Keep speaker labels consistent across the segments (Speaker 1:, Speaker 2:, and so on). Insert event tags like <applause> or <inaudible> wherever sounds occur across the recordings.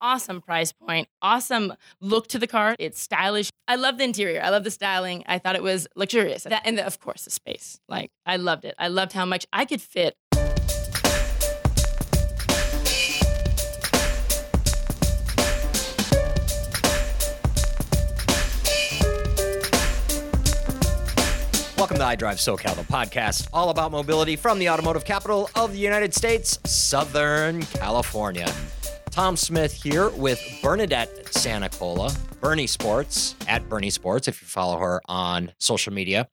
Speaker 1: awesome price point, awesome look to the car. It's stylish. I love the interior. I love the styling. I thought it was luxurious. That, and the, of course, the space. Like, I loved it. I loved how much I could fit.
Speaker 2: Welcome to iDrive SoCal, the podcast all about mobility from the automotive capital of the United States, Southern California. Tom Smith here with Bernadette Santacola, Bernie Sports, at Bernie Sports, if you follow her on social media.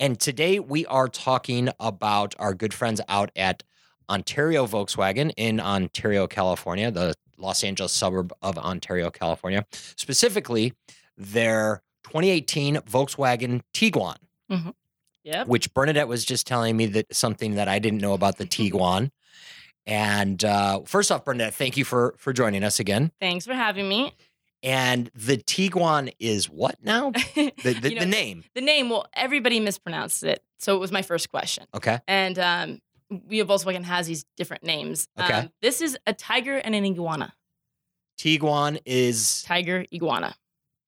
Speaker 2: And today we are talking about our good friends out at Ontario Volkswagen in Ontario, California, the Los Angeles suburb of Ontario, California, specifically their 2018 Volkswagen Tiguan
Speaker 1: Yep.
Speaker 2: which Bernadette was just telling me that something that I didn't know about the
Speaker 1: Mm-hmm.
Speaker 2: Tiguan. And uh, first off, Bernadette, thank you for for joining us again.
Speaker 1: Thanks for having me. <laughs>
Speaker 2: And the Tiguan is what now? The the,
Speaker 1: You know,
Speaker 2: the name,
Speaker 1: the name, well, everybody mispronounced it. So it was my first question.
Speaker 2: okay?
Speaker 1: And um, we at Volkswagen has these different names.
Speaker 2: Okay.
Speaker 1: Um, this is a tiger and an iguana.
Speaker 2: Tiguan is,
Speaker 1: Tiger, iguana.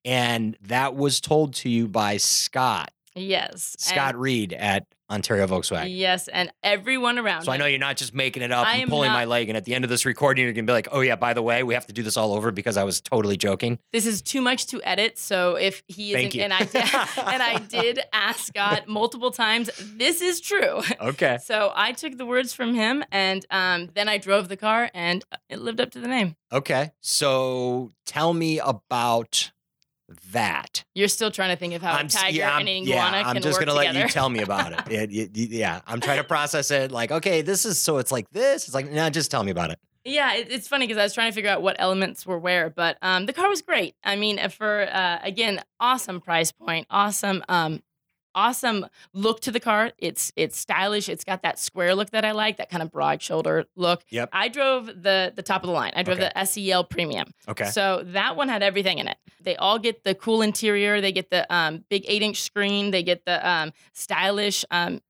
Speaker 2: and that was told to you by Scott
Speaker 1: Yes. and-
Speaker 2: Scott Reed at Ontario Volkswagen.
Speaker 1: Yes. And everyone around.
Speaker 2: So I know you're not just making it up
Speaker 1: I
Speaker 2: and
Speaker 1: am
Speaker 2: pulling
Speaker 1: not-
Speaker 2: my leg, and at the end of this recording, you're gonna be like, "Oh yeah, by the way, we have to do this all over because I was totally joking."
Speaker 1: this is too much to edit. So if he isn't,
Speaker 2: Thank you.
Speaker 1: and I did, <laughs>
Speaker 2: <laughs>
Speaker 1: and I did ask Scott multiple times, this is true.
Speaker 2: <laughs> Okay.
Speaker 1: So I took the words from him, and um, then I drove the car, and it lived up to the name.
Speaker 2: Okay. So tell me about that.
Speaker 1: You're still trying to think of how a
Speaker 2: s-
Speaker 1: tiger
Speaker 2: I'm-
Speaker 1: and an
Speaker 2: yeah,
Speaker 1: iguana can
Speaker 2: I'm just
Speaker 1: work
Speaker 2: gonna
Speaker 1: together.
Speaker 2: let you tell me
Speaker 1: <laughs>
Speaker 2: about it. Yeah, y- y- yeah, I'm trying to process it. Like, okay, this is so it's like this. It's like, nah, just tell me about it.
Speaker 1: <laughs> Yeah, it, it's funny because I was trying to figure out what elements were where, but um, the car was great. I mean, uh, for uh, again, awesome price point, awesome, um, awesome look to the car. It's it's stylish. It's got that square look that I like, that kind of broad shoulder look.
Speaker 2: Yep.
Speaker 1: I drove the the top of the line. I drove
Speaker 2: Okay.
Speaker 1: the SEL Premium.
Speaker 2: Okay.
Speaker 1: So that one had everything in it. They all get the cool interior. They get the um, big eight inch screen. They get the um, stylish um,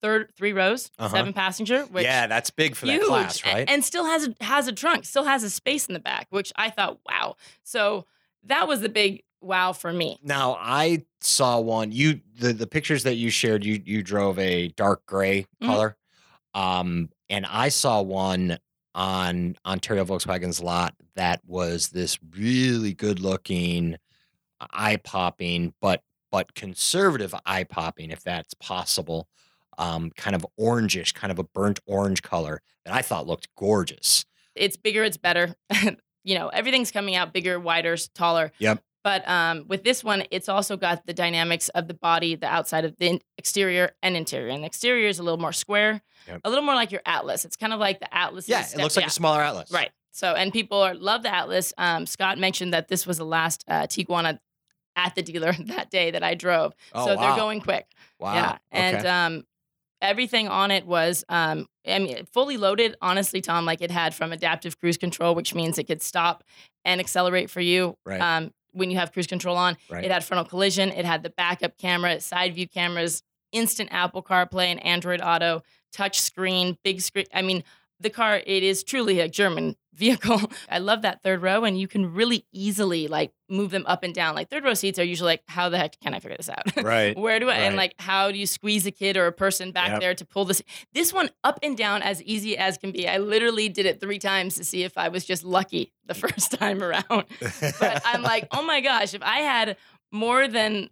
Speaker 1: third three rows,
Speaker 2: Uh-huh.
Speaker 1: seven passenger. Which
Speaker 2: yeah, that's big for
Speaker 1: huge, e
Speaker 2: that class,
Speaker 1: a-
Speaker 2: right?
Speaker 1: And still has a, has a trunk, still has a space in the back, which I thought, wow. So that was the big wow for me.
Speaker 2: now I saw one. You the the pictures that you shared. You you drove a dark gray
Speaker 1: Mhm.
Speaker 2: color, um, and I saw one on Ontario Volkswagen's lot that was this really good looking, eye popping, but but conservative eye popping, if that's possible. Um, kind of orangish, kind of a burnt orange color that I thought looked gorgeous.
Speaker 1: It's bigger, it's better. <laughs> you know, everything's coming out bigger, wider, s- taller.
Speaker 2: Yep.
Speaker 1: But um, with this one, it's also got the dynamics of the body, the outside of the in- exterior and interior. And the exterior is a little more square,
Speaker 2: Yep.
Speaker 1: a little more like your Atlas. It's kind of like the Atlas.
Speaker 2: Yeah, it looks like a smaller Atlas.
Speaker 1: Right. So, and people are, love the Atlas. Um, Scott mentioned that this was the last uh, Tiguan at the dealer <laughs> that day that I drove.
Speaker 2: Oh,
Speaker 1: so
Speaker 2: wow.
Speaker 1: they're going quick.
Speaker 2: Wow.
Speaker 1: Yeah. And
Speaker 2: okay.
Speaker 1: um, everything on it was, um, I mean, fully loaded, honestly, Tom, like it had from adaptive cruise control, which means it could stop and accelerate for you.
Speaker 2: Right.
Speaker 1: <laughs> Um, when you have cruise control on,
Speaker 2: Right.
Speaker 1: it had frontal collision, it had the backup camera, side view cameras, instant Apple CarPlay and Android Auto, touch screen, big screen. I mean, the car, it is truly a German <laughs> vehicle. I love that third row, and you can really easily like move them up and down. Like third row seats are usually like, how the heck can I figure this out?
Speaker 2: right. <laughs>
Speaker 1: Where do I and
Speaker 2: Right.
Speaker 1: like how do you squeeze a kid or a person back
Speaker 2: Yep.
Speaker 1: there to pull this this one up and down as easy as can be. I literally did it three times to see if I was just lucky the <laughs> first time around. But I'm like, oh my gosh, if I had more than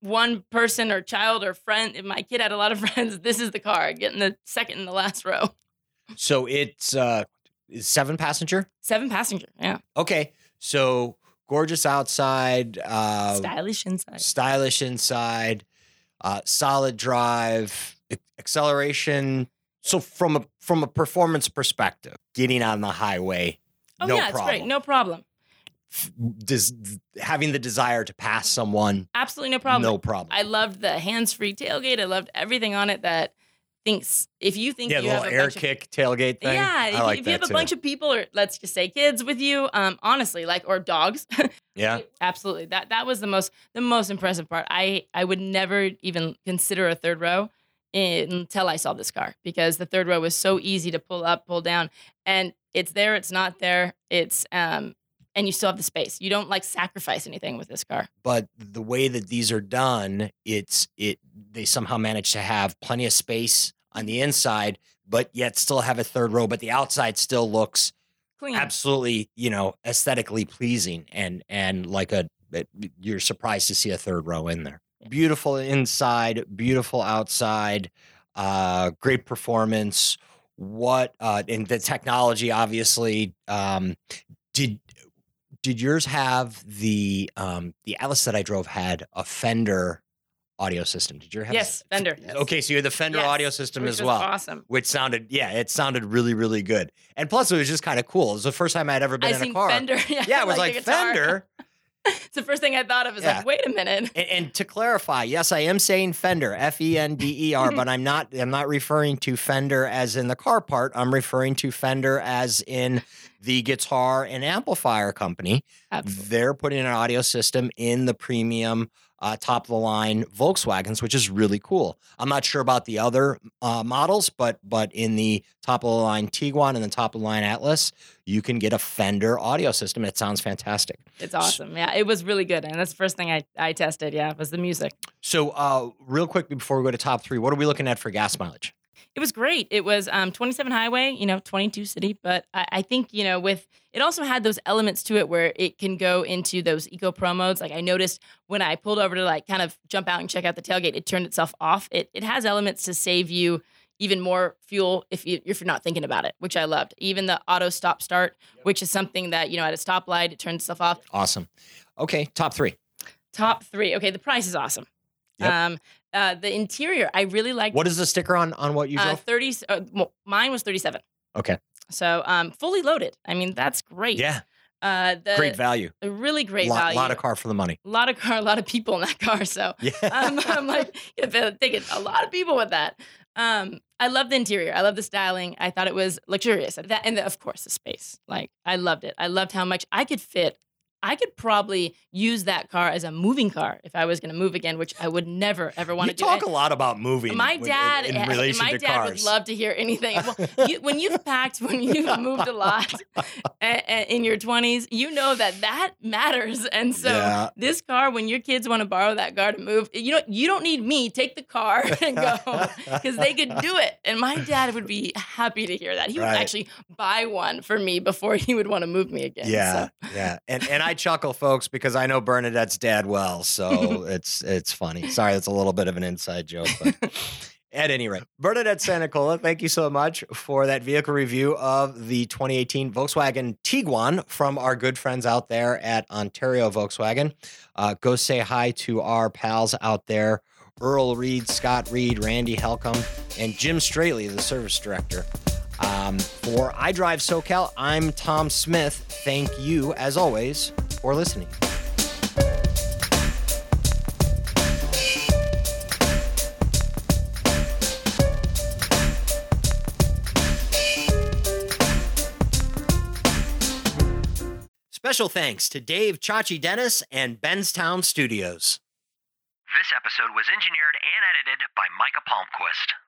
Speaker 1: one person or child or friend, if my kid had a lot of <laughs> friends, this is the car getting the second and the last row.
Speaker 2: So it's uh is seven passenger.
Speaker 1: Seven passenger, yeah,
Speaker 2: Okay. So gorgeous outside, uh
Speaker 1: stylish inside.
Speaker 2: stylish inside, uh solid drive, ac- acceleration. So from a from a performance perspective, getting on the highway,
Speaker 1: Oh
Speaker 2: no
Speaker 1: yeah,
Speaker 2: problem.
Speaker 1: it's great, no problem,
Speaker 2: F- Does having the desire to pass someone,
Speaker 1: absolutely no problem.
Speaker 2: no problem.
Speaker 1: I loved the hands-free tailgate. I loved everything on it that thinks if you think
Speaker 2: yeah,
Speaker 1: you
Speaker 2: the little
Speaker 1: have a
Speaker 2: air
Speaker 1: bunch of-
Speaker 2: kick tailgate thing.
Speaker 1: yeah, if,
Speaker 2: I
Speaker 1: you-
Speaker 2: like
Speaker 1: if
Speaker 2: that
Speaker 1: you have
Speaker 2: too.
Speaker 1: a bunch of people or let's just say kids with you, um, honestly, like or dogs,
Speaker 2: yeah,
Speaker 1: <laughs> absolutely. That that was the most the most impressive part. I I would never even consider a third row in- until I saw this car because the third row was so easy to pull up, pull down, and it's there, it's not there, it's um, and you still have the space. You don't like sacrifice anything with this car.
Speaker 2: but the way that these are done, it's it they somehow manage to have plenty of space on the inside, but yet still have a third row, but the outside still looks
Speaker 1: Clean.
Speaker 2: absolutely, you know, aesthetically pleasing and and like a that you're surprised to see a third row in there.
Speaker 1: Yeah.
Speaker 2: Beautiful inside, beautiful outside, uh, great performance. What uh, and the technology, obviously. Um, did did yours have the um, the Atlas that I drove had a Fender audio system? Did your have a
Speaker 1: Yes,
Speaker 2: s-
Speaker 1: Fender.
Speaker 2: Okay, so you had the Fender
Speaker 1: Yes,
Speaker 2: audio system
Speaker 1: Which
Speaker 2: as
Speaker 1: was
Speaker 2: well
Speaker 1: Awesome.
Speaker 2: which sounded yeah, it sounded really really good. And plus, it was just kind of cool. It was the first time I'd ever been
Speaker 1: I
Speaker 2: in a
Speaker 1: seen
Speaker 2: car.
Speaker 1: Fender. <laughs> Yeah,
Speaker 2: Yeah,
Speaker 1: I
Speaker 2: it was
Speaker 1: like
Speaker 2: like,
Speaker 1: the guitar.
Speaker 2: Fender.
Speaker 1: <laughs> It's the first thing I thought of. Is
Speaker 2: Yeah.
Speaker 1: like, wait a minute.
Speaker 2: And, and to clarify, yes, I am saying Fender, F E N D
Speaker 1: <laughs>
Speaker 2: E R, but I'm not. I'm not referring to Fender as in the car part. I'm referring to Fender as in the guitar and amplifier company.
Speaker 1: Absolutely.
Speaker 2: They're putting an audio system in the premium. Uh, top of the line Volkswagens, which is really cool. I'm not sure about the other uh, models, but but in the top of the line Tiguan and the top of the line Atlas, you can get a Fender audio system. It sounds fantastic.
Speaker 1: It's awesome. Yeah, it was really good, and that's the first thing I I tested. Yeah, was the music.
Speaker 2: So, uh, real quick before we go to top three, what are we looking at for gas mileage?
Speaker 1: It was great. It was um, 27 highway, you know, 22 city. But I, I think, you know, with it also had those elements to it where it can go into those eco pro modes. Like I noticed when I pulled over to like kind of jump out and check out the tailgate, it turned itself off. It, it has elements to save you even more fuel if, you, if you're not thinking about it, which I loved. Even the auto stop start, which is something that, you know, at a stoplight, it turns itself off.
Speaker 2: Awesome. Okay, top three.
Speaker 1: Top three. Okay, the price is awesome.
Speaker 2: Yep.
Speaker 1: Um, uh, the interior, I really liked.
Speaker 2: What is the sticker on on what you
Speaker 1: Uh,
Speaker 2: drove?
Speaker 1: 30, uh, well, mine was 37.
Speaker 2: Okay.
Speaker 1: So um, fully loaded. I mean, that's great.
Speaker 2: yeah,
Speaker 1: Uh, the,
Speaker 2: great value.
Speaker 1: a really great
Speaker 2: Lot,
Speaker 1: value.
Speaker 2: lot of car for the money. <laughs>
Speaker 1: lot of car, <laughs> a lot of people in that car. So
Speaker 2: Yeah.
Speaker 1: um, <laughs> I'm like, yeah, they're thinking a lot of people with that. Um, I love the interior. I love the styling. I thought it was luxurious. That and the, of course the space. Like I loved it. I loved how much I could fit. I could probably use that car as a moving car if I was going to move again, which I would never ever want
Speaker 2: you
Speaker 1: to do.
Speaker 2: talk
Speaker 1: And-
Speaker 2: a lot about moving.
Speaker 1: my
Speaker 2: when-
Speaker 1: dad,
Speaker 2: in,
Speaker 1: eh,
Speaker 2: in relation
Speaker 1: my
Speaker 2: to
Speaker 1: dad
Speaker 2: cars.
Speaker 1: would love to hear anything.
Speaker 2: <laughs>
Speaker 1: Well, you, when you've packed, when you've moved a lot eh, eh, in your twenties, you know that that matters. And so, <laughs>
Speaker 2: Yeah.
Speaker 1: this car, when your kids want to borrow that car to move, you know, you don't need me. Take the car <laughs> and go
Speaker 2: <laughs>
Speaker 1: because they could do it. And my dad would be happy to hear that. He would
Speaker 2: Right.
Speaker 1: actually buy one for me before he would want to move me again.
Speaker 2: Yeah,
Speaker 1: So,
Speaker 2: yeah, and and I chuckle, folks, because I know Bernadette's dad
Speaker 1: <laughs>
Speaker 2: well, so it's it's funny. Sorry, that's a little bit of an inside joke, but at any rate, Bernadette Santacola, thank you so much for that vehicle review of the 2018 Volkswagen Tiguan from our good friends out there at Ontario Volkswagen. Uh, go say hi to our pals out there. Earl Reed, Scott Reed, Randy Helcom, and Jim Straley, the service director. Um, for iDrive SoCal, I'm Tom Smith. Thank you, as always, for listening. Special thanks to Dave Chachi Dennis and Benstown Studios.
Speaker 3: This episode was engineered and edited by Micah Palmquist.